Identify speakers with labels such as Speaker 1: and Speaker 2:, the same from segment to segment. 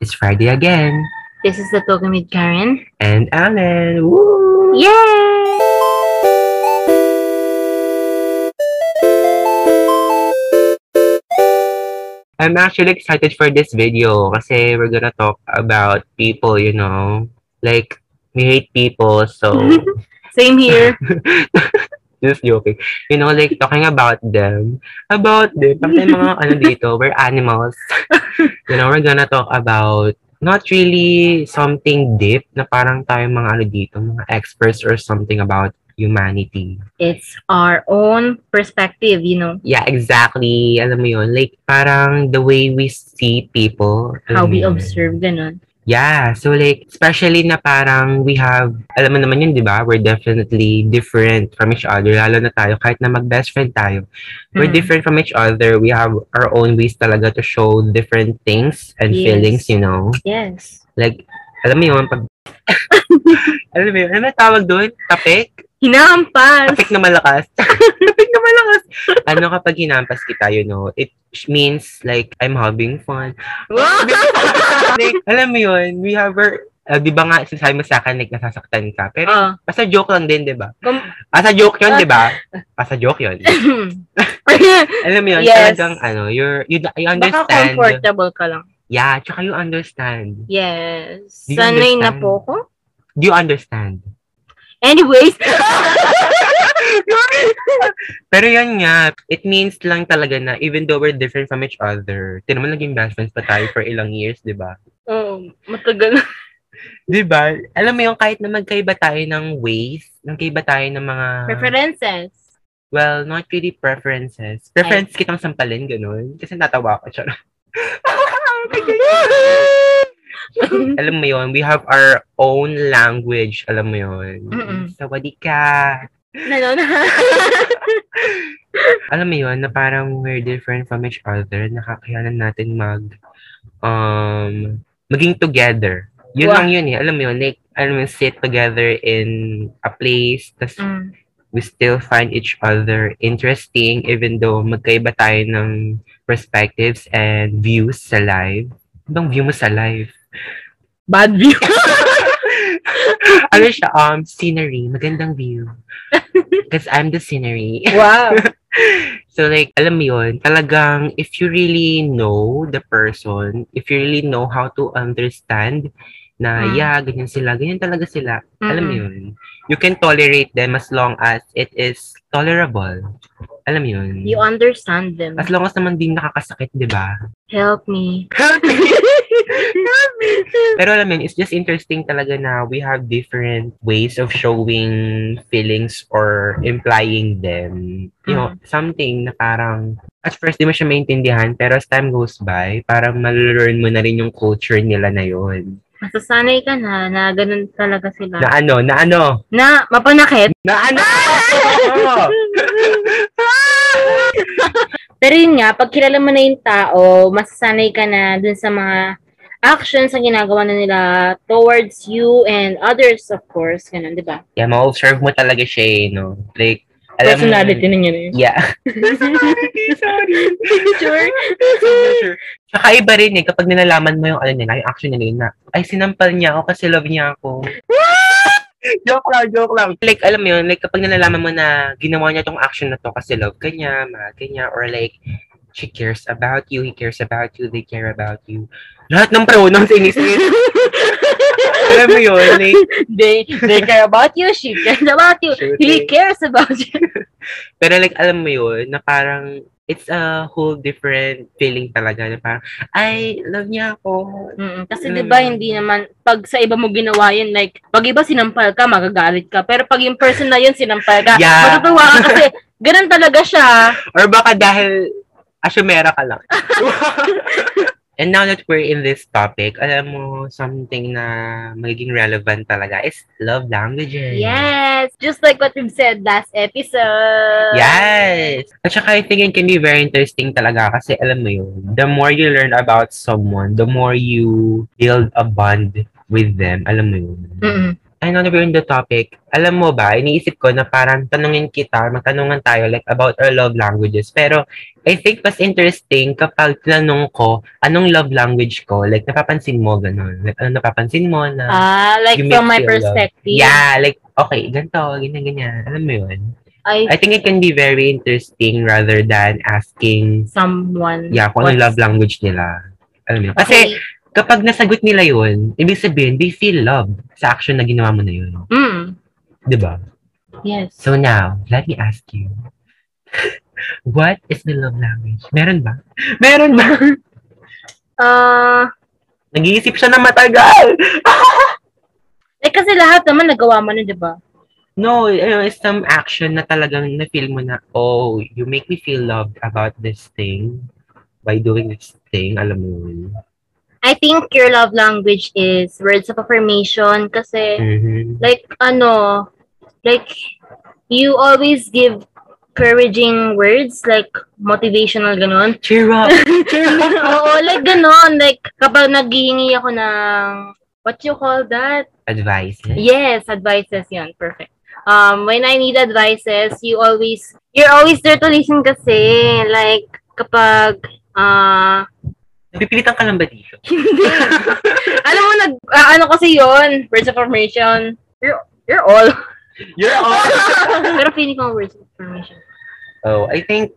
Speaker 1: It's Friday again.
Speaker 2: This is the Talking with Karen.
Speaker 1: And Alan, woo!
Speaker 2: Yay!
Speaker 1: I'm actually excited for this video kasi we're gonna talk about people, you know. Like, we hate people, so
Speaker 2: Same here.
Speaker 1: just joking. You know, like, talking about them. About them. Kasi mga ano dito, we're animals. you know, we're gonna talk about not really something deep na parang tayo mga ano dito, mga experts or something about humanity.
Speaker 2: It's our own perspective, you know,
Speaker 1: Yeah, exactly. Alam mo yun, like, parang the way we see people. alam
Speaker 2: how
Speaker 1: mo
Speaker 2: we
Speaker 1: yun.
Speaker 2: observe ganun.
Speaker 1: Yeah, so like, especially na parang we have, alam mo naman yun, di ba? We're definitely different from each other, lalo na tayo, kahit na mag-best friend tayo. We're
Speaker 2: Mm.
Speaker 1: different from each other. We have our own ways talaga to show different things and
Speaker 2: Yes.
Speaker 1: feelings, you know?
Speaker 2: Yes.
Speaker 1: Like, alam mo yun, pag... alam mo yun, ano may tawag doon? Tapik?
Speaker 2: Hinahampas!
Speaker 1: Kapit na malakas. Kapit na malakas. ano kapag hinampas kita, you know, it means like, I'm having fun.
Speaker 2: Wow!
Speaker 1: like, alam mo yun, we have our, ah, di ba nga, sinasabi mo sa akin, like, nasasaktan ka. Pero,
Speaker 2: Oh.
Speaker 1: basta joke lang din, di ba?
Speaker 2: Kung-
Speaker 1: As a joke yun, di ba? As a joke yun. Alam mo yun,
Speaker 2: Yes.
Speaker 1: talagang, ano, you're, you, you
Speaker 2: Baka
Speaker 1: understand.
Speaker 2: comfortable ka lang.
Speaker 1: yeah, tsaka you understand.
Speaker 2: Yes.
Speaker 1: Do you
Speaker 2: Sanay na
Speaker 1: understand?
Speaker 2: po ko.
Speaker 1: Do you understand?
Speaker 2: Anyways,
Speaker 1: Pero yan nga, it means lang talaga na even though we're different from each other, tinan mo naging best friends pa tayo for ilang years, di ba?
Speaker 2: oh, matagal.
Speaker 1: Di ba? Alam mo yung kahit na magkaiba tayo ng ways, magkaiba tayo ng mga,
Speaker 2: Preferences.
Speaker 1: well, not really preferences. Preference kitang sampalin, ganun. Kasi natawa ako, charot. alam mo yon we have our own language, alam mo yon
Speaker 2: Mm-mm.
Speaker 1: Sawadee ka.
Speaker 2: Nanon.
Speaker 1: alam mo yun, na parang we're different from each other, nakakayanan natin mag, um, maging together. Yun
Speaker 2: Wow.
Speaker 1: lang yun eh. Alam mo yun, like, alam mo, yun, sit together in a place, tas
Speaker 2: Mm.
Speaker 1: we still find each other interesting even though magkaiba tayo ng perspectives and views sa life. Anong view mo sa life?
Speaker 2: Bad view.
Speaker 1: ano siya? Um, scenery. Magandang view. Because I'm the scenery.
Speaker 2: wow.
Speaker 1: So like, alam mo yun, talagang if you really know the person, if you really know how to understand na
Speaker 2: Mm.
Speaker 1: yeah, ganyan sila, ganyan talaga sila, alam mo
Speaker 2: Mm-mm.
Speaker 1: yun, you can tolerate them as long as it is tolerable. Alam mo yun.
Speaker 2: You understand them.
Speaker 1: As long as naman di nakakasakit, di ba?
Speaker 2: Help me.
Speaker 1: Pero alam mo yun, it's just interesting talaga na we have different ways of showing feelings or implying them. You
Speaker 2: Mm.
Speaker 1: know, something na parang at first di mo siya maintindihan pero as time goes by, parang malelearn mo na rin yung culture nila na yun.
Speaker 2: Masasanay ka na na ganun talaga sila.
Speaker 1: Na ano, na ano,
Speaker 2: Na mapanakit.
Speaker 1: na ano!
Speaker 2: Ah! Pero yun nga, pag kilala mo na yung tao, masasanay ka na dun sa mga actions na ginagawa na nila towards you and others, of course. Ganun, di ba?
Speaker 1: yeah, ma-observe mo talaga siya eh, no? Like, alam mo yun.
Speaker 2: Personality ninyo na yun.
Speaker 1: Yeah. Personality, sorry.
Speaker 2: Sure.
Speaker 1: Sure. Tsaka iba rin eh, kapag nilalaman mo yung ano nila, yung action nila yun na, ay, sinampal niya ako kasi love niya ako. joke lang, joke lang. Like, alam mo yun, like, kapag nalalaman mo na ginawa niya tong action na to kasi love ka niya, mahal ka niya, or like, she cares about you, he cares about you, they care about you. Lahat ng pronouns inis-inis. alam mo yun, like,
Speaker 2: they, they care about you, she cares about you,
Speaker 1: Sure
Speaker 2: he
Speaker 1: thing.
Speaker 2: cares about you.
Speaker 1: Pero like, alam mo yun, na parang, it's a whole different feeling talaga na parang, ay, love niya ako.
Speaker 2: Mm, kasi 'di ba hindi naman pag sa iba mo ginawa 'yun like pag iba sinampal ka magagalit ka pero pag yung person na 'yun sinampal ka
Speaker 1: Yeah.
Speaker 2: matutuwa ka kasi ganun talaga siya.
Speaker 1: Or baka dahil asyumera ka lang. And now that we're in this topic, alam mo, something na magiging relevant talaga is love languages.
Speaker 2: Yes, just like what we've said last episode.
Speaker 1: Yes! At saka I think it can be very interesting talaga kasi alam mo yun, the more you learn about someone, the more you build a bond with them, alam mo yun.
Speaker 2: Mm.
Speaker 1: I know we're in the topic. Alam mo ba, iniisip ko na parang tanungin kita, magtanungan tayo like about our love languages. Pero I think mas interesting kapag tinanong ko, anong love language ko? Like, napapansin mo, ganun. Like, ano napapansin mo na?
Speaker 2: Ah, like
Speaker 1: You
Speaker 2: from
Speaker 1: make me
Speaker 2: my
Speaker 1: love.
Speaker 2: perspective.
Speaker 1: yeah, like, okay, ganito, ganyan, ganyan. Alam mo yun?
Speaker 2: I
Speaker 1: I think it can be very interesting rather than asking,
Speaker 2: someone.
Speaker 1: yeah, kung anong love
Speaker 2: What's-
Speaker 1: language nila. Alam mo yun? Kasi, kapag nasagot nila yun, ibig sabihin, they feel love sa action na ginawa mo na yun. Diba?
Speaker 2: Okay. Mm,
Speaker 1: Di ba?
Speaker 2: yes.
Speaker 1: So now, let me ask you. What is the love language? Meron ba? Meron ba?
Speaker 2: Ah,
Speaker 1: Nag-iisip siya na matagal.
Speaker 2: eh kasi lahat naman nagawa mo na, diba? 'di ba?
Speaker 1: No, ano, it's some action na talagang na-feel mo na, oh, you make me feel loved about this thing by doing this thing. Alam mo yun.
Speaker 2: I think your love language is words of affirmation kasi
Speaker 1: Mhm.
Speaker 2: like ano, like you always give encouraging words like motivational ganun.
Speaker 1: Cheer up!
Speaker 2: Oo, like ganun. Like, kapag naghihingi ako ng, what you call that?
Speaker 1: Advice. eh?
Speaker 2: Yes, advices yun. Perfect. Um, when I need advices, you always, you're always there to listen kasi. Like, kapag, ah,
Speaker 1: Napipilitan ka lang ba dito?
Speaker 2: hindi. Alam mo, nag, ah, ano kasi yon words of affirmation. You're, you're all.
Speaker 1: You're
Speaker 2: Pero feeling ko words of affirmation.
Speaker 1: Oh, I think,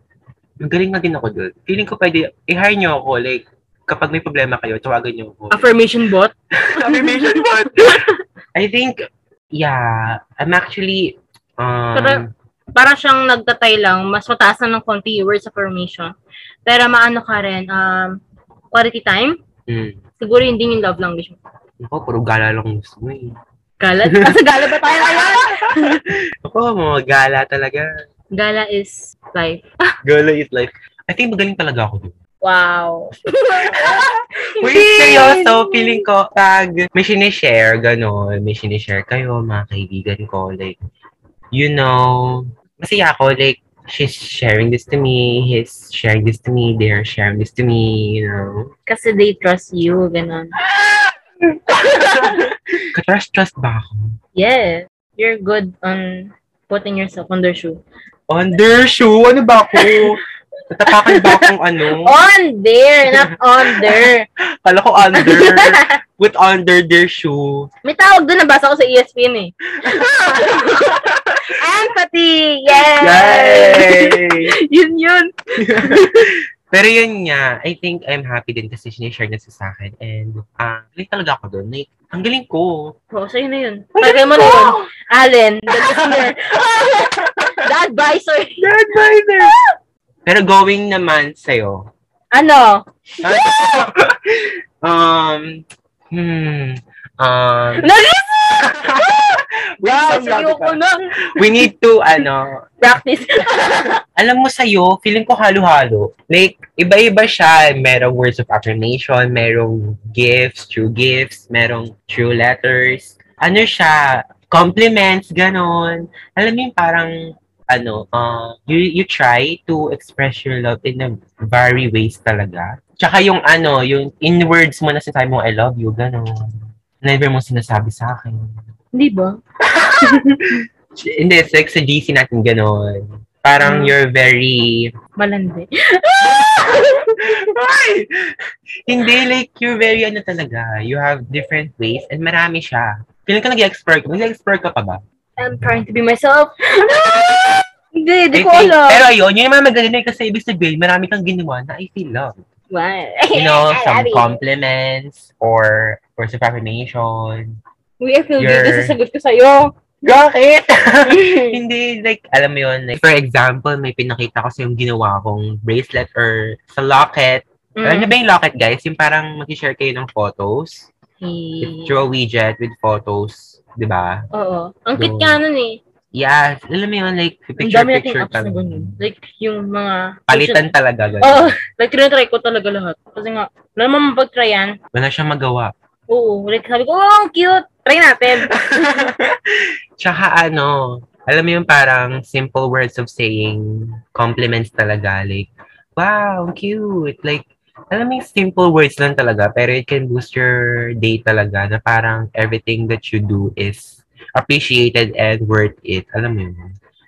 Speaker 1: magaling na din ako doon. Feeling ko pwede, i-hire nyo ako, like, kapag may problema kayo, tawagan nyo ako.
Speaker 2: Affirmation bot?
Speaker 1: Affirmation bot. I think, yeah, I'm actually, um,
Speaker 2: Pero- para siyang nagtatay lang, mas mataas na ng konti yung words of affirmation. Pero maano ka rin, um, quality time,
Speaker 1: mm,
Speaker 2: siguro yun din yung love language mo.
Speaker 1: ako, puro gala lang gusto mo eh.
Speaker 2: Gala? Kasi gala ba tayo? Ayan!
Speaker 1: Ako, mga gala talaga.
Speaker 2: Gala is life.
Speaker 1: Gala is like, I think magaling talaga ako doon.
Speaker 2: Wow.
Speaker 1: Wait, seryoso, feeling ko, pag may sinishare, gano'n, may sinishare kayo, mga kaibigan ko, like, you know, masaya ako, like, she's sharing this to me, he's sharing this to me, they're sharing this to me, you know.
Speaker 2: Kasi they trust you, ganun.
Speaker 1: Katrust-trust ba ako?
Speaker 2: Yeah. You're good on putting yourself on their shoe.
Speaker 1: On their shoe, ano ba ako? Natapakan ba akong ano?
Speaker 2: On there, not on there.
Speaker 1: Kala ko under. With under their shoe.
Speaker 2: May tawag doon, nabasa ko sa ESPN eh. Empathy! Yes!
Speaker 1: Yay!
Speaker 2: yun yun.
Speaker 1: Pero yun nga, I think I'm happy din kasi sinishare na siya sa akin. And ah, galing talaga ako doon. Like, ang galing ko.
Speaker 2: Oo, sa'yo na yun. Pagay mo na yun. Allen, the listener. the advisor.
Speaker 1: The advisor! Pero going naman sa'yo.
Speaker 2: Ano?
Speaker 1: um, hmm, um,
Speaker 2: Nag- wow,
Speaker 1: Wait,
Speaker 2: sige ko na.
Speaker 1: we need to, ano,
Speaker 2: Practice.
Speaker 1: alam mo sa'yo, feeling ko halo-halo. Like, iba-iba siya. Merong words of affirmation, merong gifts, true gifts, merong true letters. Ano siya, compliments, ganon. Alam mo yung parang, ano, uh, you, you try to express your love in a very ways talaga. Tsaka yung ano, yung in words mo na sinasabi mo, I love you, ganon. Never mo sinasabi sa akin.
Speaker 2: Di ba?
Speaker 1: Hindi, like sa GC natin, ganon. Parang
Speaker 2: Mm.
Speaker 1: you're very
Speaker 2: Malandi.
Speaker 1: Ay! Hindi, like, you're very ano talaga. You have different ways and marami siya. Feeling ka nag-explore ka. Nag-explore ka pa ba?
Speaker 2: I'm trying to be myself. Ano? Hindi, di
Speaker 1: I
Speaker 2: ko
Speaker 1: think- Pero
Speaker 2: alam.
Speaker 1: ayun, yun yung mga magaling eh, kasi ibig sabihin, marami kang ginawa na I feel love.
Speaker 2: Why?
Speaker 1: You know,
Speaker 2: I
Speaker 1: some
Speaker 2: love you.
Speaker 1: compliments or words of affirmation.
Speaker 2: Uy, I feel
Speaker 1: Your-
Speaker 2: guilty sa sagot ko sa'yo.
Speaker 1: Bakit? Hindi, like, alam mo yun, like, for example, may pinakita ko sa yung ginawa kong bracelet or sa locket. Ano ba yung locket, guys? Yung parang mag-share kayo ng photos.
Speaker 2: Mm.
Speaker 1: Through a widget with photos. di ba?
Speaker 2: Oo. Ang cute
Speaker 1: Yun.
Speaker 2: nga nun eh.
Speaker 1: Yes. Alam mo yun, like,
Speaker 2: Ang
Speaker 1: picture,
Speaker 2: dami nating
Speaker 1: picture
Speaker 2: apps na
Speaker 1: talaga.
Speaker 2: ganyan. Like, yung mga...
Speaker 1: Palitan talaga. Ganun.
Speaker 2: Oo. Like, tinatry ko talaga lahat. Kasi nga, wala naman mapag-try yan.
Speaker 1: Wala siyang magawa.
Speaker 2: Oo. Like, sabi ko, oh, ang cute. Try natin.
Speaker 1: Tsaka ano, alam mo yung parang simple words of saying compliments talaga. Like, wow, ang cute. Like, alam mo yung simple words lang talaga, pero it can boost your day talaga na parang everything that you do is appreciated and worth it. Alam mo yun.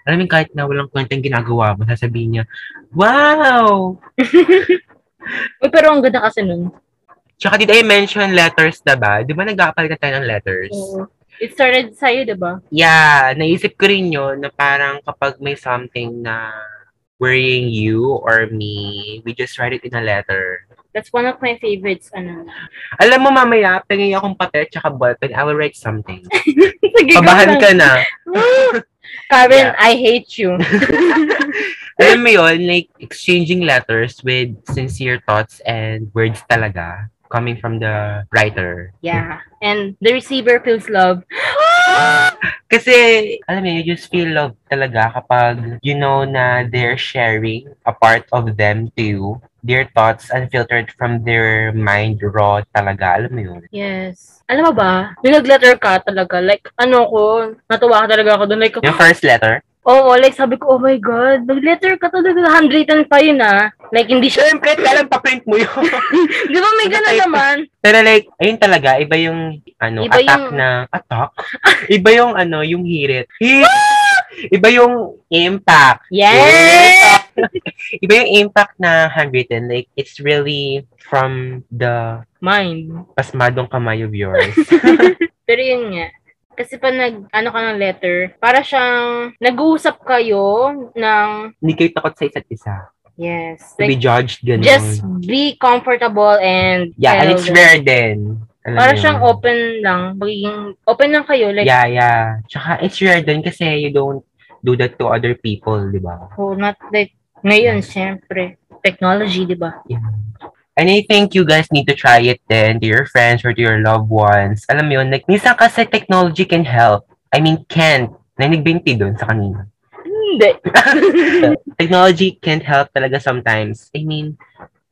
Speaker 1: Alam mo yun, kahit na walang kwentang ginagawa mo, sasabihin niya, wow!
Speaker 2: Uy, pero ang ganda kasi nun.
Speaker 1: Tsaka did I mention letters, diba? Di ba nag-aapalit na tayo ng letters?
Speaker 2: Oo. It started sa'yo, di ba?
Speaker 1: Yeah, naisip ko rin yun na parang kapag may something na worrying you or me, we just write it in a letter.
Speaker 2: That's one of my favorites, ano.
Speaker 1: Alam mo, mamaya, pingin akong papel tsaka ballpen, I will write something.
Speaker 2: Sige,
Speaker 1: Pabahan ka na. Yeah.
Speaker 2: Karen, I hate you.
Speaker 1: Alam mo yun, like, exchanging letters with sincere thoughts and words talaga coming from the writer.
Speaker 2: Yeah. And the receiver feels love.
Speaker 1: Kasi, alam mo, you just feel love talaga kapag you know na they're sharing a part of them to you. Their thoughts unfiltered from their mind raw talaga. Alam mo yun?
Speaker 2: Yes. Alam mo ba, yung nag-letter ka talaga, like, ano ko, natuwa ka talaga ako doon. Like,
Speaker 1: Yung first letter?
Speaker 2: oo, like, sabi ko, oh my God, nag-letter ka talaga, handwritten pa yun ah. Like, hindi siya,
Speaker 1: Siyempre, alam pa-print mo yun.
Speaker 2: di ba may gano'n
Speaker 1: Type.
Speaker 2: naman?
Speaker 1: Pero like, ayun talaga, iba yung ano,
Speaker 2: Iba
Speaker 1: attack
Speaker 2: yung-
Speaker 1: na, attack? Iba yung ano, yung hirit. Hit! Iba yung impact.
Speaker 2: Yes!
Speaker 1: Iba yung impact na handwritten. Like, it's really from the
Speaker 2: Mine.
Speaker 1: pasmadong kamay of yours.
Speaker 2: Pero yun nga, kasi pa nag, ano ka ng letter, para siyang, nag-uusap kayo ng,
Speaker 1: Hindi kayo takot sa isa't isa.
Speaker 2: yes,
Speaker 1: To be
Speaker 2: like,
Speaker 1: judged, ganun.
Speaker 2: just be comfortable and,
Speaker 1: yeah, and it's
Speaker 2: settled.
Speaker 1: rare din. Alam
Speaker 2: Para
Speaker 1: mo
Speaker 2: siyang
Speaker 1: yun.
Speaker 2: open lang, magiging, open lang kayo, like,
Speaker 1: yeah, yeah. Tsaka, it's rare din kasi you don't do that to other people, di ba?
Speaker 2: oh, not like, ngayon, syempre, technology, di ba?
Speaker 1: And I think you guys need to try it then to your friends or to your loved ones. Alam mo yun, like, minsan kasi technology can help. I mean, can't. Nainig ba yung tea doon sa kanina?
Speaker 2: Hindi.
Speaker 1: Technology can't help talaga sometimes. I mean,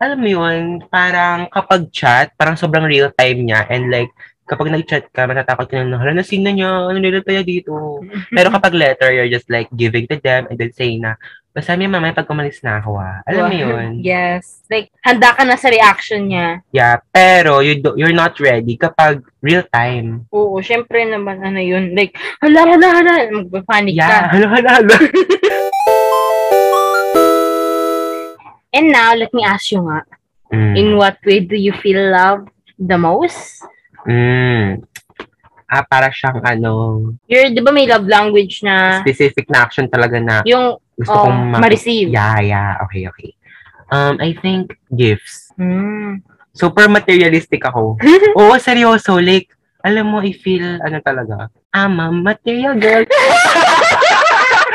Speaker 1: alam mo yun, parang kapag chat, parang sobrang real time niya. And like, kapag nag-chat ka, matatakot ka na, na, hala, nasin na niya, ano nila tayo dito? Pero kapag letter, you're just like giving to them and then saying na, basta may mamaya pag umalis na ako ah. Alam mo yun?
Speaker 2: Yes. Like, handa ka na sa reaction niya.
Speaker 1: Yeah, pero you do, you're not ready kapag real time.
Speaker 2: Oo, syempre naman, ano yun, like, hala, hala, hala, magpapanik
Speaker 1: Yeah,
Speaker 2: ka.
Speaker 1: halo, halo, halo.
Speaker 2: And now, let me ask you nga, in
Speaker 1: Mm.
Speaker 2: what way do you feel loved the most?
Speaker 1: Mm. Ah, para siyang ano,
Speaker 2: You're, di ba may love language na,
Speaker 1: specific na action talaga na
Speaker 2: yung,
Speaker 1: gusto
Speaker 2: Ah. oh,
Speaker 1: kong ma-
Speaker 2: ma-receive.
Speaker 1: Yeah, yeah, okay, okay. Um, I think gifts.
Speaker 2: Hmm.
Speaker 1: Super materialistic ako. Oo, seryoso. Like, alam mo, I feel, ano talaga, I'm a material girl.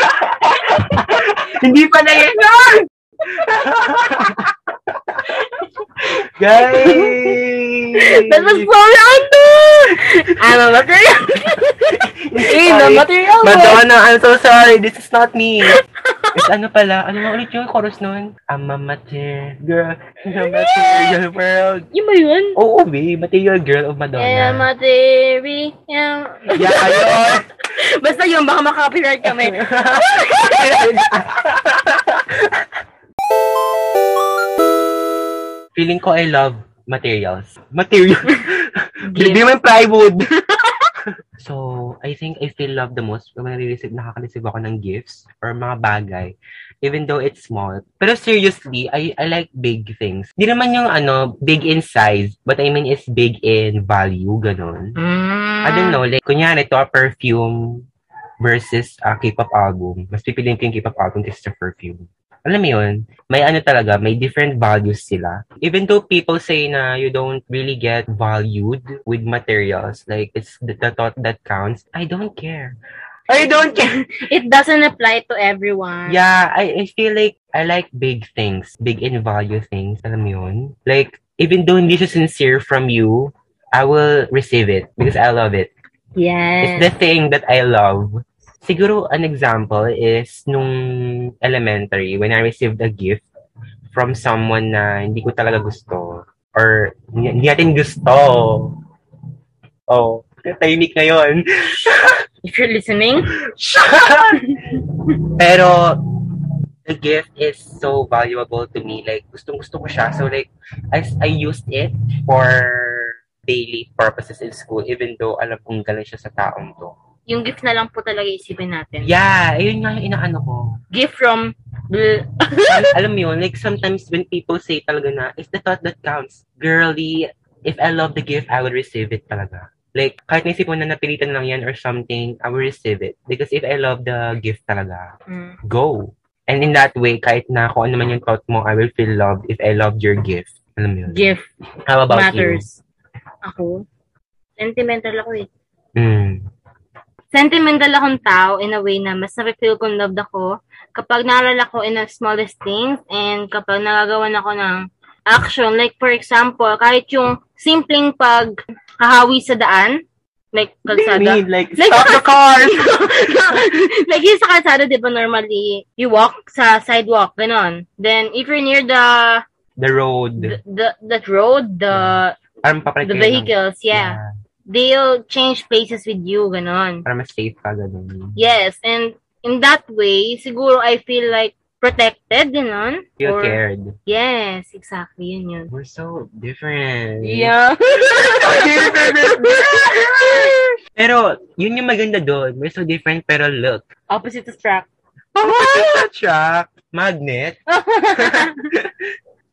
Speaker 1: Hindi pa na yun. Guys!
Speaker 2: That was so random! I'm a material.
Speaker 1: Sorry.
Speaker 2: I'm a material. girl.
Speaker 1: Madonna, I'm so sorry. This is not me. It's ano pala? Ano nga ulit yung chorus nun? I'm a material girl in a material world.
Speaker 2: Yun ba yun?
Speaker 1: Oo, babe. Material girl of
Speaker 2: I'm
Speaker 1: Madonna.
Speaker 2: a material.
Speaker 1: Yeah, ayun.
Speaker 2: Basta yun, baka makaka-copyright kami.
Speaker 1: Feeling ko I love materials. Material. Hindi
Speaker 2: Gift.
Speaker 1: mo yung plywood. so, I think I feel love the most when nare-receive, nakaka-receive ako ng gifts or mga bagay. Even though it's small. Pero seriously, I, I like big things. Di naman yung ano, big in size. What I mean is big in value, ganun.
Speaker 2: Mm.
Speaker 1: I don't know, like, kunyari, to a perfume versus a K-pop album. Mas pipiliin ko yung K-pop album kaysa sa perfume. Alam mo yun, may ano talaga, may different values sila. Even though people say na you don't really get valued with materials, like, it's the, the thought that counts, I don't care. I don't care!
Speaker 2: It doesn't apply to everyone.
Speaker 1: Yeah, I, I feel like I like big things, big in value things. Alam mo yun? Like, even though hindi siya sincere from you, I will receive it because I love it. It's
Speaker 2: Yes.
Speaker 1: the thing that I love. Siguro, an example is nung elementary, when I received a gift from someone na hindi ko talaga gusto. Or, hindi hindi natin gusto. Oh, tahimik ngayon.
Speaker 2: If you're listening,
Speaker 1: Pero, the gift is so valuable to me. Like, gustong-gusto ko siya. So, like, I, I used it for daily purposes in school even though alam kong galing siya sa taong to.
Speaker 2: Yung gift na lang po talaga isipin natin.
Speaker 1: Yeah, ayun nga yung inaano ko.
Speaker 2: Gift from... Bl-
Speaker 1: Al- alam mo yun, like sometimes when people say talaga na, it's the thought that counts. Girly, if I love the gift, I will receive it talaga. Like, kahit naisip mo na napilitan lang yan or something, I will receive it. Because if I love the gift talaga,
Speaker 2: Mm.
Speaker 1: go. And in that way, kahit na kung ano man yung thought mo, I will feel loved if I loved your gift. Alam mo yun?
Speaker 2: Gift
Speaker 1: How about
Speaker 2: matters. Ako? Sentimental ako eh.
Speaker 1: you? Mm.
Speaker 2: Sentimental akong tao in a way na mas nafe-feel kong loved ako kapag naalala ko in the smallest things and kapag nagagawa ako ng action. Like, for example, kahit yung simpleng paghahawi sa daan, like kalsada,
Speaker 1: Mean, like,
Speaker 2: Like-
Speaker 1: stop the car!
Speaker 2: like yung sa kalsada, di ba normally, you walk sa sidewalk, ganon. Then, if you're near the,
Speaker 1: the road.
Speaker 2: the, the that road, the,
Speaker 1: Parang papalit
Speaker 2: the
Speaker 1: ka yun.
Speaker 2: vehicles, yeah, they'll change places with you, ganon.
Speaker 1: Para mas safe ka, ganun.
Speaker 2: Yes, and in that way, siguro I feel like protected, ganon.
Speaker 1: Feel
Speaker 2: Or-
Speaker 1: cared.
Speaker 2: Yes, exactly, yun yun.
Speaker 1: We're so different.
Speaker 2: Yeah.
Speaker 1: Pero, yun yung maganda doon. We're so different, pero look.
Speaker 2: Opposite attract.
Speaker 1: Chuck, magnet.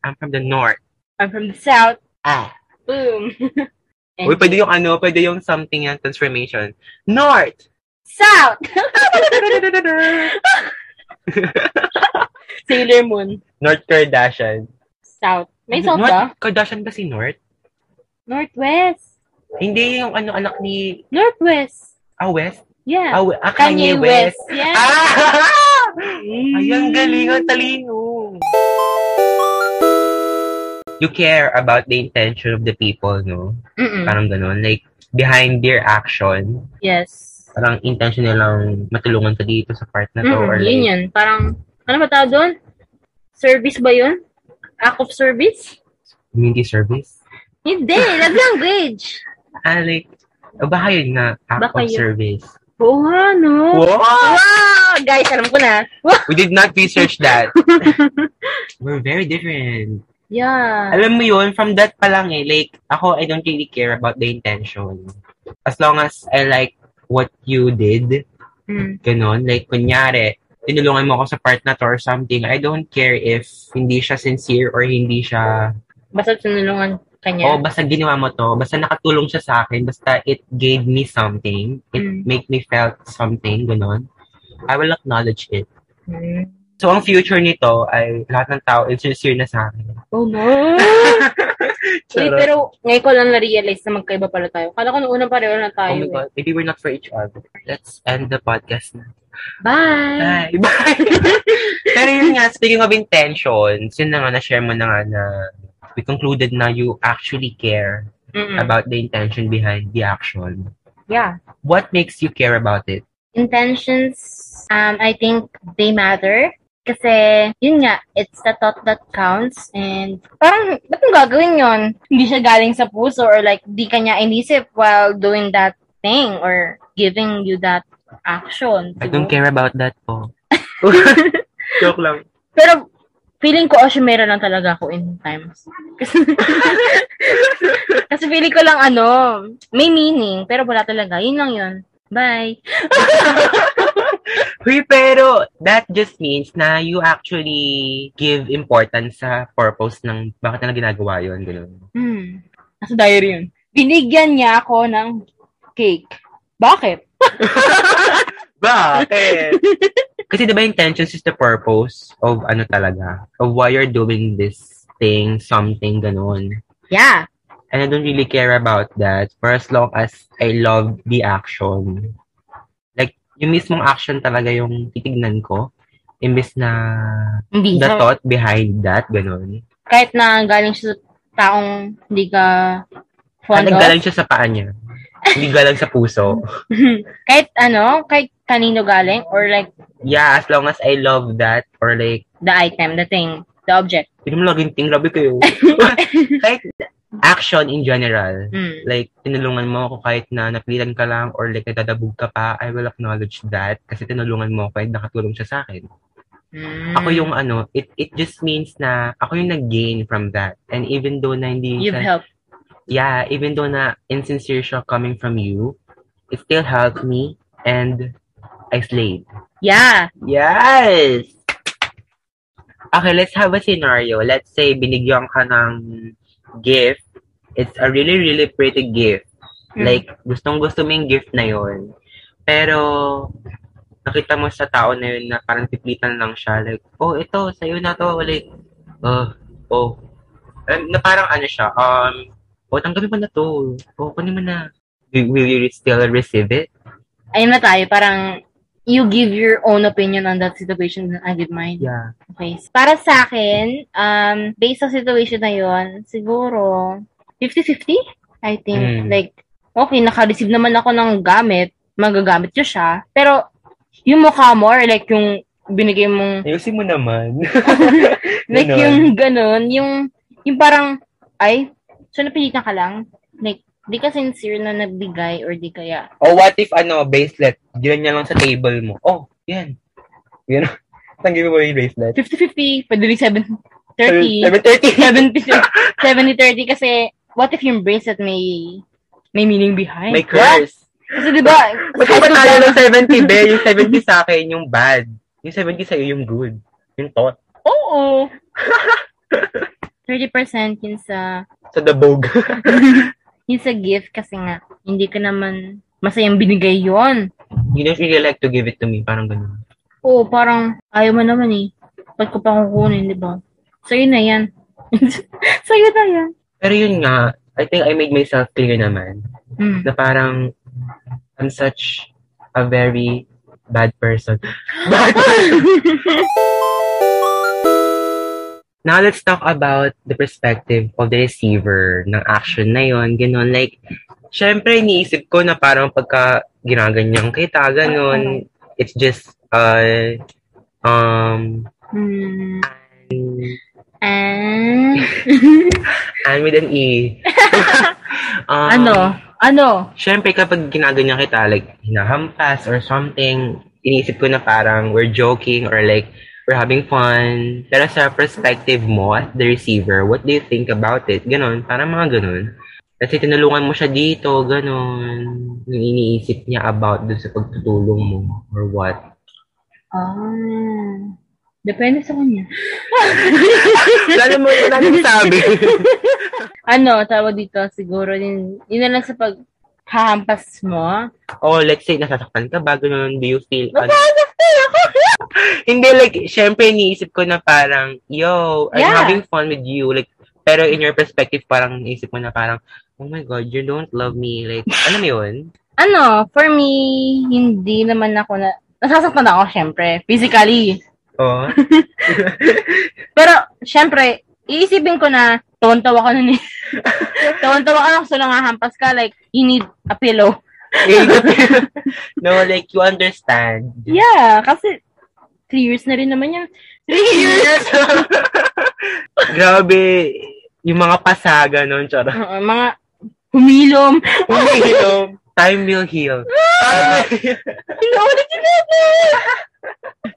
Speaker 1: I'm from the north.
Speaker 2: I'm from the south.
Speaker 1: Ah.
Speaker 2: Boom.
Speaker 1: Uy,
Speaker 2: And
Speaker 1: pwede yung ano, pwede yung something yan, transformation. North!
Speaker 2: South! Sailor Moon.
Speaker 1: North Kardashian.
Speaker 2: South. May south ba?
Speaker 1: North Kardashian ba si North?
Speaker 2: Northwest.
Speaker 1: Hindi yung ano, anak ni...
Speaker 2: Northwest.
Speaker 1: Ah, West?
Speaker 2: Yeah.
Speaker 1: Ah, we- ah, Kanye, West.
Speaker 2: Yeah.
Speaker 1: Ah!
Speaker 2: Mm.
Speaker 1: Ay, ang galing, ang talino. You care about the intention of the people, no?
Speaker 2: Mm-mm.
Speaker 1: Parang ganun. Like, behind their action,
Speaker 2: Yes.
Speaker 1: parang intention nilang matulungan ka dito sa part na to.
Speaker 2: Mm-mm.
Speaker 1: Ano Or
Speaker 2: Yun
Speaker 1: like,
Speaker 2: yun. Parang, ano ba tawag doon? Service ba yun? Act of service?
Speaker 1: community service.
Speaker 2: Hindi. Love language.
Speaker 1: Ah, like, oh, baka yun nga, act
Speaker 2: Baka
Speaker 1: of
Speaker 2: yun.
Speaker 1: service.
Speaker 2: Oo nga, no?
Speaker 1: Wow!
Speaker 2: Wow! Guys, alam ko na.
Speaker 1: We did not research that. We're very different.
Speaker 2: Yeah.
Speaker 1: Alam mo yun, from that pa lang eh, like, ako, I don't really care about the intention. As long as I like what you did,
Speaker 2: Mm.
Speaker 1: ganun. Like, kunyari, tinulungan mo ako sa part na to or something, I don't care if hindi siya sincere or hindi siya,
Speaker 2: Basta tinulungan kanya.
Speaker 1: oh, basta ginawa mo to, basta nakatulong siya sa akin, basta it gave me something, it
Speaker 2: Mm.
Speaker 1: make me felt something, ganun. I will acknowledge it.
Speaker 2: Mm.
Speaker 1: So, ang future nito ay lahat ng tao insincere na sa akin.
Speaker 2: Oh, no. Uy,
Speaker 1: Oh
Speaker 2: pero ngayon ko lang na-realize na magkaiba pala tayo. Kala ko nung unang pareho na
Speaker 1: oh
Speaker 2: tayo.
Speaker 1: my
Speaker 2: eh.
Speaker 1: God, maybe we're not for each other. Let's end the podcast na.
Speaker 2: Bye!
Speaker 1: Bye! Bye! Pero yun nga, speaking of intentions, yun na nga, na-share mo na nga na we concluded na you actually care
Speaker 2: Mm-mm.
Speaker 1: about the intention behind the action.
Speaker 2: Yeah.
Speaker 1: What makes you care about it?
Speaker 2: Intentions, um, I think they matter. Kasi, yun nga, it's the thought that counts. And parang, ba't mo gagawin yun? Hindi siya galing sa puso or like, di kanya inisip while doing that thing or giving you that action.
Speaker 1: I don't
Speaker 2: Siguro.
Speaker 1: care about that po. Joke lang.
Speaker 2: Pero, feeling ko, Oshimera lang talaga ako in times. Kasi, kasi feeling ko lang, ano, may meaning, pero wala talaga. Yun lang yun. Bye.
Speaker 1: Uy, pero that just means na you actually give importance sa purpose ng bakit na ginagawa yun. Ganun.
Speaker 2: Hmm. Nasa diary yun. Binigyan niya ako ng cake. Bakit?
Speaker 1: Bakit? Kasi diba intentions is the purpose of ano talaga, of why you're doing this thing, something, ganun.
Speaker 2: Yeah.
Speaker 1: And I don't really care about that for as long as I love the action. Like, yung mismong action talaga yung titignan ko, imbes na
Speaker 2: Hindi.
Speaker 1: the
Speaker 2: So,
Speaker 1: thought behind that, ganun.
Speaker 2: kahit na galing siya sa taong hindi ka
Speaker 1: At
Speaker 2: fond of.
Speaker 1: naggalang siya sa paa niya. Hindi galang sa puso.
Speaker 2: kahit ano, kahit kanino galing or like
Speaker 1: Yeah, as long as I love that or like
Speaker 2: the item, the thing, the object.
Speaker 1: Hindi mo laging ting, grabe kayo. kahit action in general.
Speaker 2: Hmm.
Speaker 1: Like, tinulungan mo ako kahit na napilitan ka lang or like nadadabog ka pa, I will acknowledge that kasi tinulungan mo ako kahit nakatulong siya sa akin.
Speaker 2: Hmm.
Speaker 1: Ako yung ano, it it just means na ako yung nag-gain from that. And even though na hindi
Speaker 2: You've
Speaker 1: siya,
Speaker 2: helped.
Speaker 1: yeah, even though na insincere siya coming from you, it still helped me and I slayed.
Speaker 2: Yeah.
Speaker 1: Yes! Okay, let's have a scenario. Let's say binigyan ka ng gift. It's a really, really pretty gift.
Speaker 2: Mm.
Speaker 1: Like, gustong-gusto mo yung gift na yon. Pero, nakita mo sa tao na yun na parang piplitan lang siya. Like, oh, ito, sa'yo na to. Like, oh, oh. Alam- na parang ano siya, um, oh, tanggapin mo na to. Oh, kunin mo na. Will, will you still receive it?
Speaker 2: Ayun na tayo. Parang you give your own opinion on that situation and I give mine.
Speaker 1: Yeah.
Speaker 2: Okay. Para sa akin, um, based sa situation na yon, siguro, 50-50? I think,
Speaker 1: Mm.
Speaker 2: like, okay, naka-receive naman ako ng gamit, magagamit ko siya. Pero, yung mukha mo, or like, yung binigay mong,
Speaker 1: Ayusin mo naman.
Speaker 2: like,
Speaker 1: Ganon.
Speaker 2: yung ganun, yung, yung parang, ay, so napilitan ka lang? Like, di ka sincere na nagbigay, or di kaya,
Speaker 1: O what if, ano, bracelet, gilan niya lang sa table mo. Oh, yan. Yan. Tanggapin mo yung bracelet.
Speaker 2: 50-50, pwede rin 7, 30.
Speaker 1: 7.30.
Speaker 2: 70-30 kasi what if yung bracelet may may meaning behind?
Speaker 1: May
Speaker 2: What?
Speaker 1: curse.
Speaker 2: Kasi diba,
Speaker 1: Ba't ba tayo ng 70, be? Yung 70 sa akin, yung bad. Yung 70 sa'yo, yung good. Yung thought.
Speaker 2: oo. 30% yun sa,
Speaker 1: Sa the bog.
Speaker 2: yun sa gift kasi nga, hindi ko naman masayang binigay yon.
Speaker 1: you don't really like to give it to me. Parang ganun.
Speaker 2: Oo, parang ayaw mo naman eh. Ba't ko pa kukunin, di ba? Sa'yo na yan. Sa'yo na yan.
Speaker 1: Pero yun nga, I think I made myself clear naman.
Speaker 2: Mm.
Speaker 1: Na parang, I'm such a very bad person. Bad Now, let's talk about the perspective of the receiver ng action na yon. Ganun, like, syempre, iniisip ko na parang pagka ginaganyan kita, ganun, it's just, uh, um,
Speaker 2: Mm. And,
Speaker 1: and with an E. um,
Speaker 2: ano? Ano?
Speaker 1: Syempre, kapag ginaganyan kita, like, hinahampas or something, iniisip ko na parang we're joking or like, we're having fun. Pero sa perspective mo as the receiver, what do you think about it? Ganon, parang mga ganon. Kasi tinulungan mo siya dito, ganon. Yung iniisip niya about dun sa pagtutulong mo or what.
Speaker 2: Ah. Depende sa kanya.
Speaker 1: Lalo mo yun ang sabi.
Speaker 2: ano, tawag dito, siguro, yun, yun na lang sa paghahampas mo.
Speaker 1: oh, let's say, nasasaktan ka ba? Ganon, do you feel... ano?
Speaker 2: Nasasaktan ako!
Speaker 1: Hindi, like, syempre, iniisip ko na parang, yo, I'm
Speaker 2: Yeah.
Speaker 1: having fun with you. Like, pero in your perspective, parang iniisip mo na parang, oh my God, you don't love me. Like, alam mo yun?
Speaker 2: Ano, for me, hindi naman ako na, nasasaktan ako, syempre, physically.
Speaker 1: Oo.
Speaker 2: Pero, syempre, iisipin ko na, tawan-tawa ka nun eh. tawan-tawa ka lang, so nangahampas ka, like, you need a pillow.
Speaker 1: no, like, you understand.
Speaker 2: Yeah, kasi, three years na rin naman yan. Three years!
Speaker 1: Grabe, yung mga pasaga nun, charot.
Speaker 2: Oo, Uh-uh, mga humilom.
Speaker 1: Humihilom. Time will heal.
Speaker 2: Inuulit yun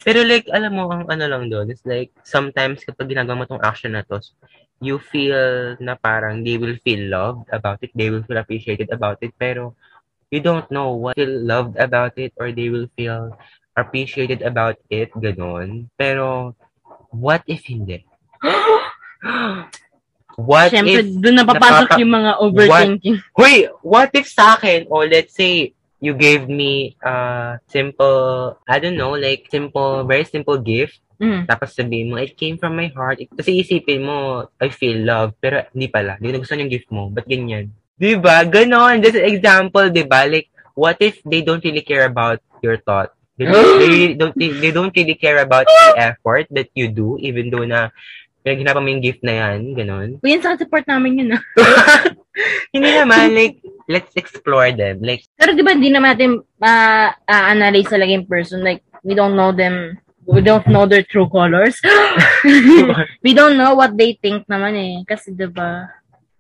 Speaker 1: Pero like, alam mo, ang ano lang doon, is like, sometimes kapag ginagawa mo tong action na to, you feel na parang they will feel loved about it, they will feel appreciated about it, pero you don't know what feel loved about it or they will feel appreciated about it, ganun. Pero, what if hindi? what
Speaker 2: Siyempre,
Speaker 1: if
Speaker 2: doon napapasok
Speaker 1: napapa-
Speaker 2: yung mga overthinking.
Speaker 1: Hoy, what if sa akin, or let's say, you gave me a simple, I don't know, like, simple, very simple gift,
Speaker 2: Mm.
Speaker 1: tapos sabihin mo, it came from my heart. It- Kasi isipin mo, I feel love, pero hindi pala. Hindi ko nagustuhan yung gift mo. Ba't ganyan? Di ba? Ganon. Just an example, di ba? Like, what if they don't really care about your thought? They don't, they don't, they, they don't really care about the effort that you do, even though na, pinaghinapan mo yung gift na yan, ganon.
Speaker 2: Uy, yun sa support namin yun ah.
Speaker 1: Hindi naman, like, let's explore them. Like,
Speaker 2: Pero di ba hindi naman natin ma-analyze talaga yung person. Like, we don't know them. We don't know their true colors. we don't know what they think naman eh. Kasi di ba,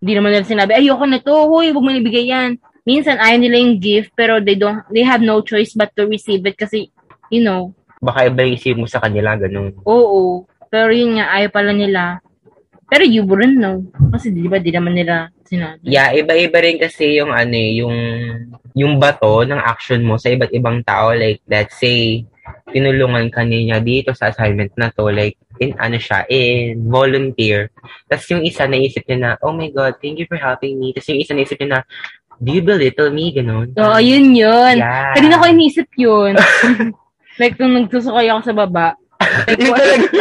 Speaker 2: hindi naman nila sinabi, ayoko na to, huy, huwag mo nabigay yan. Minsan, ayaw nila yung gift, pero they don't, they have no choice but to receive it kasi, you know,
Speaker 1: baka iba yung isip mo sa kanila, ganun.
Speaker 2: oo. Pero yun nga, ayaw pala nila. Pero you wouldn't know. Kasi di ba, di naman nila sinabi.
Speaker 1: Yeah, iba-iba rin kasi yung ano eh, yung yung bato ng action mo sa iba't ibang tao like let's say tinulungan ka niya dito sa assignment na to like in ano siya in volunteer tapos yung isa naisip niya na oh my god thank you for helping me tapos yung isa naisip niya na do you belittle me ganun
Speaker 2: Oo, yun yun.
Speaker 1: yeah.
Speaker 2: Kanina ko iniisip yun. like, nung nagsusukay ako sa baba. Like,
Speaker 1: Yun
Speaker 2: what,
Speaker 1: talaga.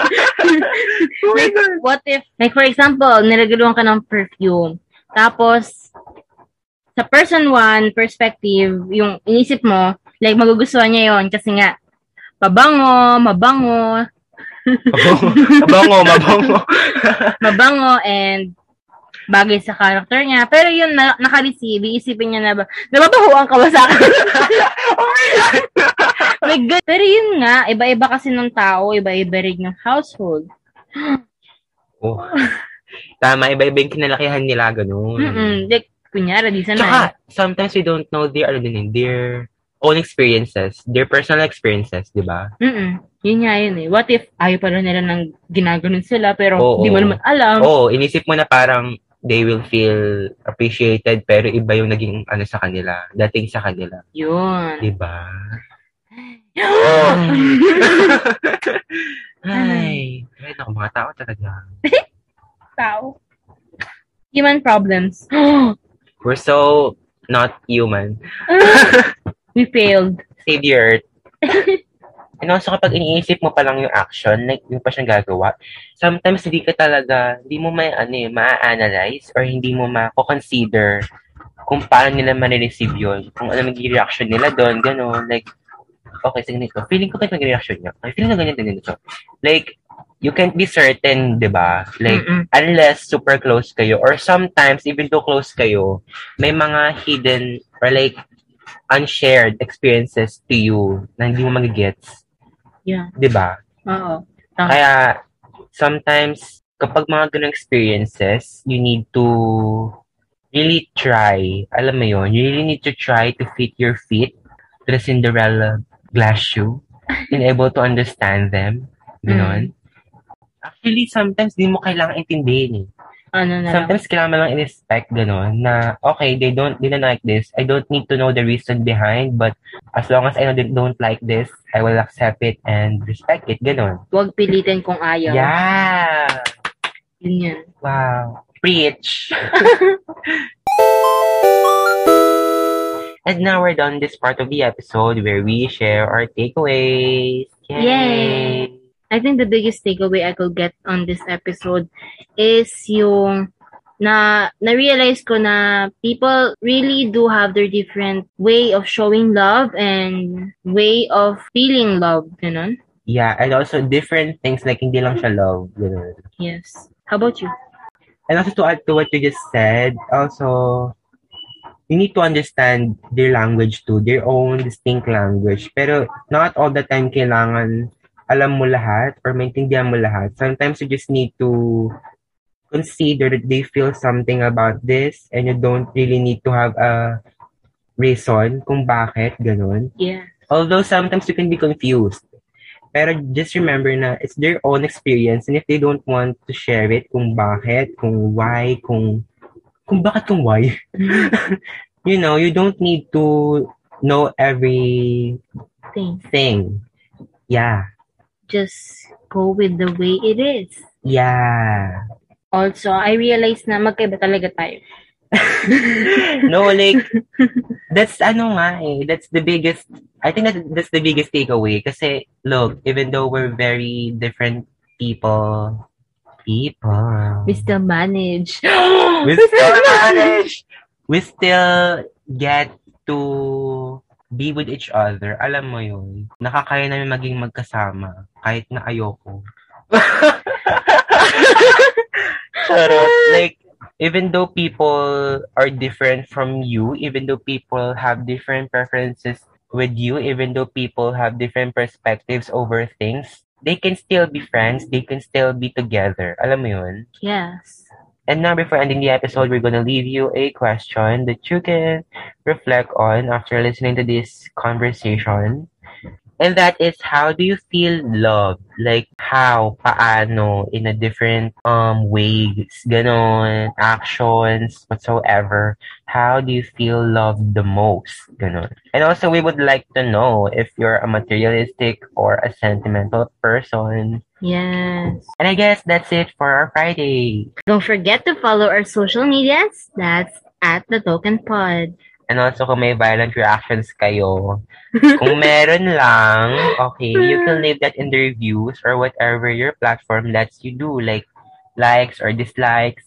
Speaker 1: Oh my
Speaker 2: like,
Speaker 1: God.
Speaker 2: what if, like for example, niregaluhan ka ng perfume. Tapos, sa person one perspective, yung inisip mo, like magugustuhan niya yon kasi nga, pabango, mabango,
Speaker 1: mabango mabango
Speaker 2: mabango and bagay sa character niya. Pero yun, na, naka-receive, iisipin niya na ba, nababahuan ka ba sa akin?
Speaker 1: Oh
Speaker 2: My God. Pero yun nga, iba-iba kasi ng tao, iba-iba rin ng household.
Speaker 1: oh. tama iba-iba yung kinalakihan nila ganun
Speaker 2: Mm-mm. Like, kunyari, di sanay.
Speaker 1: Mm. Tsaka, sometimes we don't know their, ano din, eh, their own experiences, their personal experiences, di ba?
Speaker 2: Mm-mm. Yun nga yun eh. What if ayaw pa rin nila ng ginaganon sila pero
Speaker 1: Oo.
Speaker 2: di mo naman alam.
Speaker 1: Oo, inisip mo na parang they will feel appreciated pero iba yung naging ano sa kanila, dating sa kanila,
Speaker 2: Yun.
Speaker 1: di ba? Ay, ay naku, mga tao talaga.
Speaker 2: Tao. Human problems.
Speaker 1: We're so not human.
Speaker 2: We failed.
Speaker 1: Save the earth. And also, kapag iniisip mo pa lang yung action, like, yung pa siyang gagawa, sometimes hindi ka talaga, hindi mo may, ano eh, ma-analyze or hindi mo ma-consider kung paano nila ma-receive yun. Kung ano magiging reaction nila doon, gano'n. Like, okay, sige nito. Feeling ko ba nag-reaction niya? Ay, feeling ko ganyan din nito. Like, you can't be certain, di ba? Like,
Speaker 2: Mm-mm.
Speaker 1: unless super close kayo or sometimes even though close kayo may mga hidden or like unshared experiences to you na hindi mo magigets
Speaker 2: Yeah.
Speaker 1: 'di ba
Speaker 2: Oo.
Speaker 1: kaya sometimes kapag mga ganung experiences you need to really try alam mo yon you really need to try to fit your feet to the Cinderella glass shoe and able to understand them ganun actually sometimes di mo kailangan intindihin eh
Speaker 2: Ano na lang.
Speaker 1: sometimes kailangan mo lang i-respect gano'n na okay, they don't they don't like this. I don't need to know the reason behind but as long as I know they don't like this, I will accept it and respect it. Gano'n.
Speaker 2: Huwag pilitin kung ayaw.
Speaker 1: Yeah!
Speaker 2: Yun yun.
Speaker 1: Wow. Preach! and now we're done this part of the episode where we share our takeaways. Yay!
Speaker 2: Yay! I think the biggest takeaway I could get on this episode is yung na na-realize ko na people really do have their different way of showing love and way of feeling love, ganun.
Speaker 1: Yeah, and also different things like hindi lang siya love. Ganun.
Speaker 2: Yes. How about you?
Speaker 1: And also to add to what you just said, also, you need to understand their language too, their own distinct language. Pero not all the time kailangan alam mo lahat or maintindihan mo lahat. Sometimes you just need to consider that they feel something about this and you don't really need to have a reason kung bakit, ganun.
Speaker 2: Yeah.
Speaker 1: Although sometimes you can be confused. Pero just remember na it's their own experience and if they don't want to share it kung bakit, kung why, kung kung bakit kung why. you know, you don't need to know everything.
Speaker 2: Thanks.
Speaker 1: Yeah.
Speaker 2: Just go with the way it is.
Speaker 1: Yeah.
Speaker 2: Also, I realize na magkaiba talaga tayo.
Speaker 1: no, like that's ano nga eh, that's the biggest I think that that's the biggest takeaway kasi look, even though we're very different people people
Speaker 2: We still manage.
Speaker 1: we still manage. We still get to be with each other. Alam mo yun. Nakakaya namin maging magkasama. Kahit na ayoko. Charot. Like, even though people are different from you, even though people have different preferences with you, even though people have different perspectives over things, they can still be friends. They can still be together. Alam mo yun?
Speaker 2: Yes.
Speaker 1: And now, before ending the episode, we're going to leave you a question that you can reflect on after listening to this conversation. And that is how do you feel love? Like how, paano, in a different um ways, ganon, actions, whatsoever. How do you feel love the most? Ganon. And also we would like to know if you're a materialistic or a sentimental person.
Speaker 2: Yes.
Speaker 1: And I guess that's it for our Friday.
Speaker 2: Don't forget to follow our social medias. That's at the Token Pod.
Speaker 1: And also kung may violent reactions kayo. Kung meron lang, okay, you can leave that in the reviews or whatever your platform lets you do, like likes or dislikes.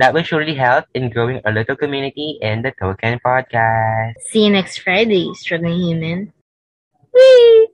Speaker 1: That will surely help in growing a little community in the Token Podcast.
Speaker 2: See you next Friday, struggling human. Whee!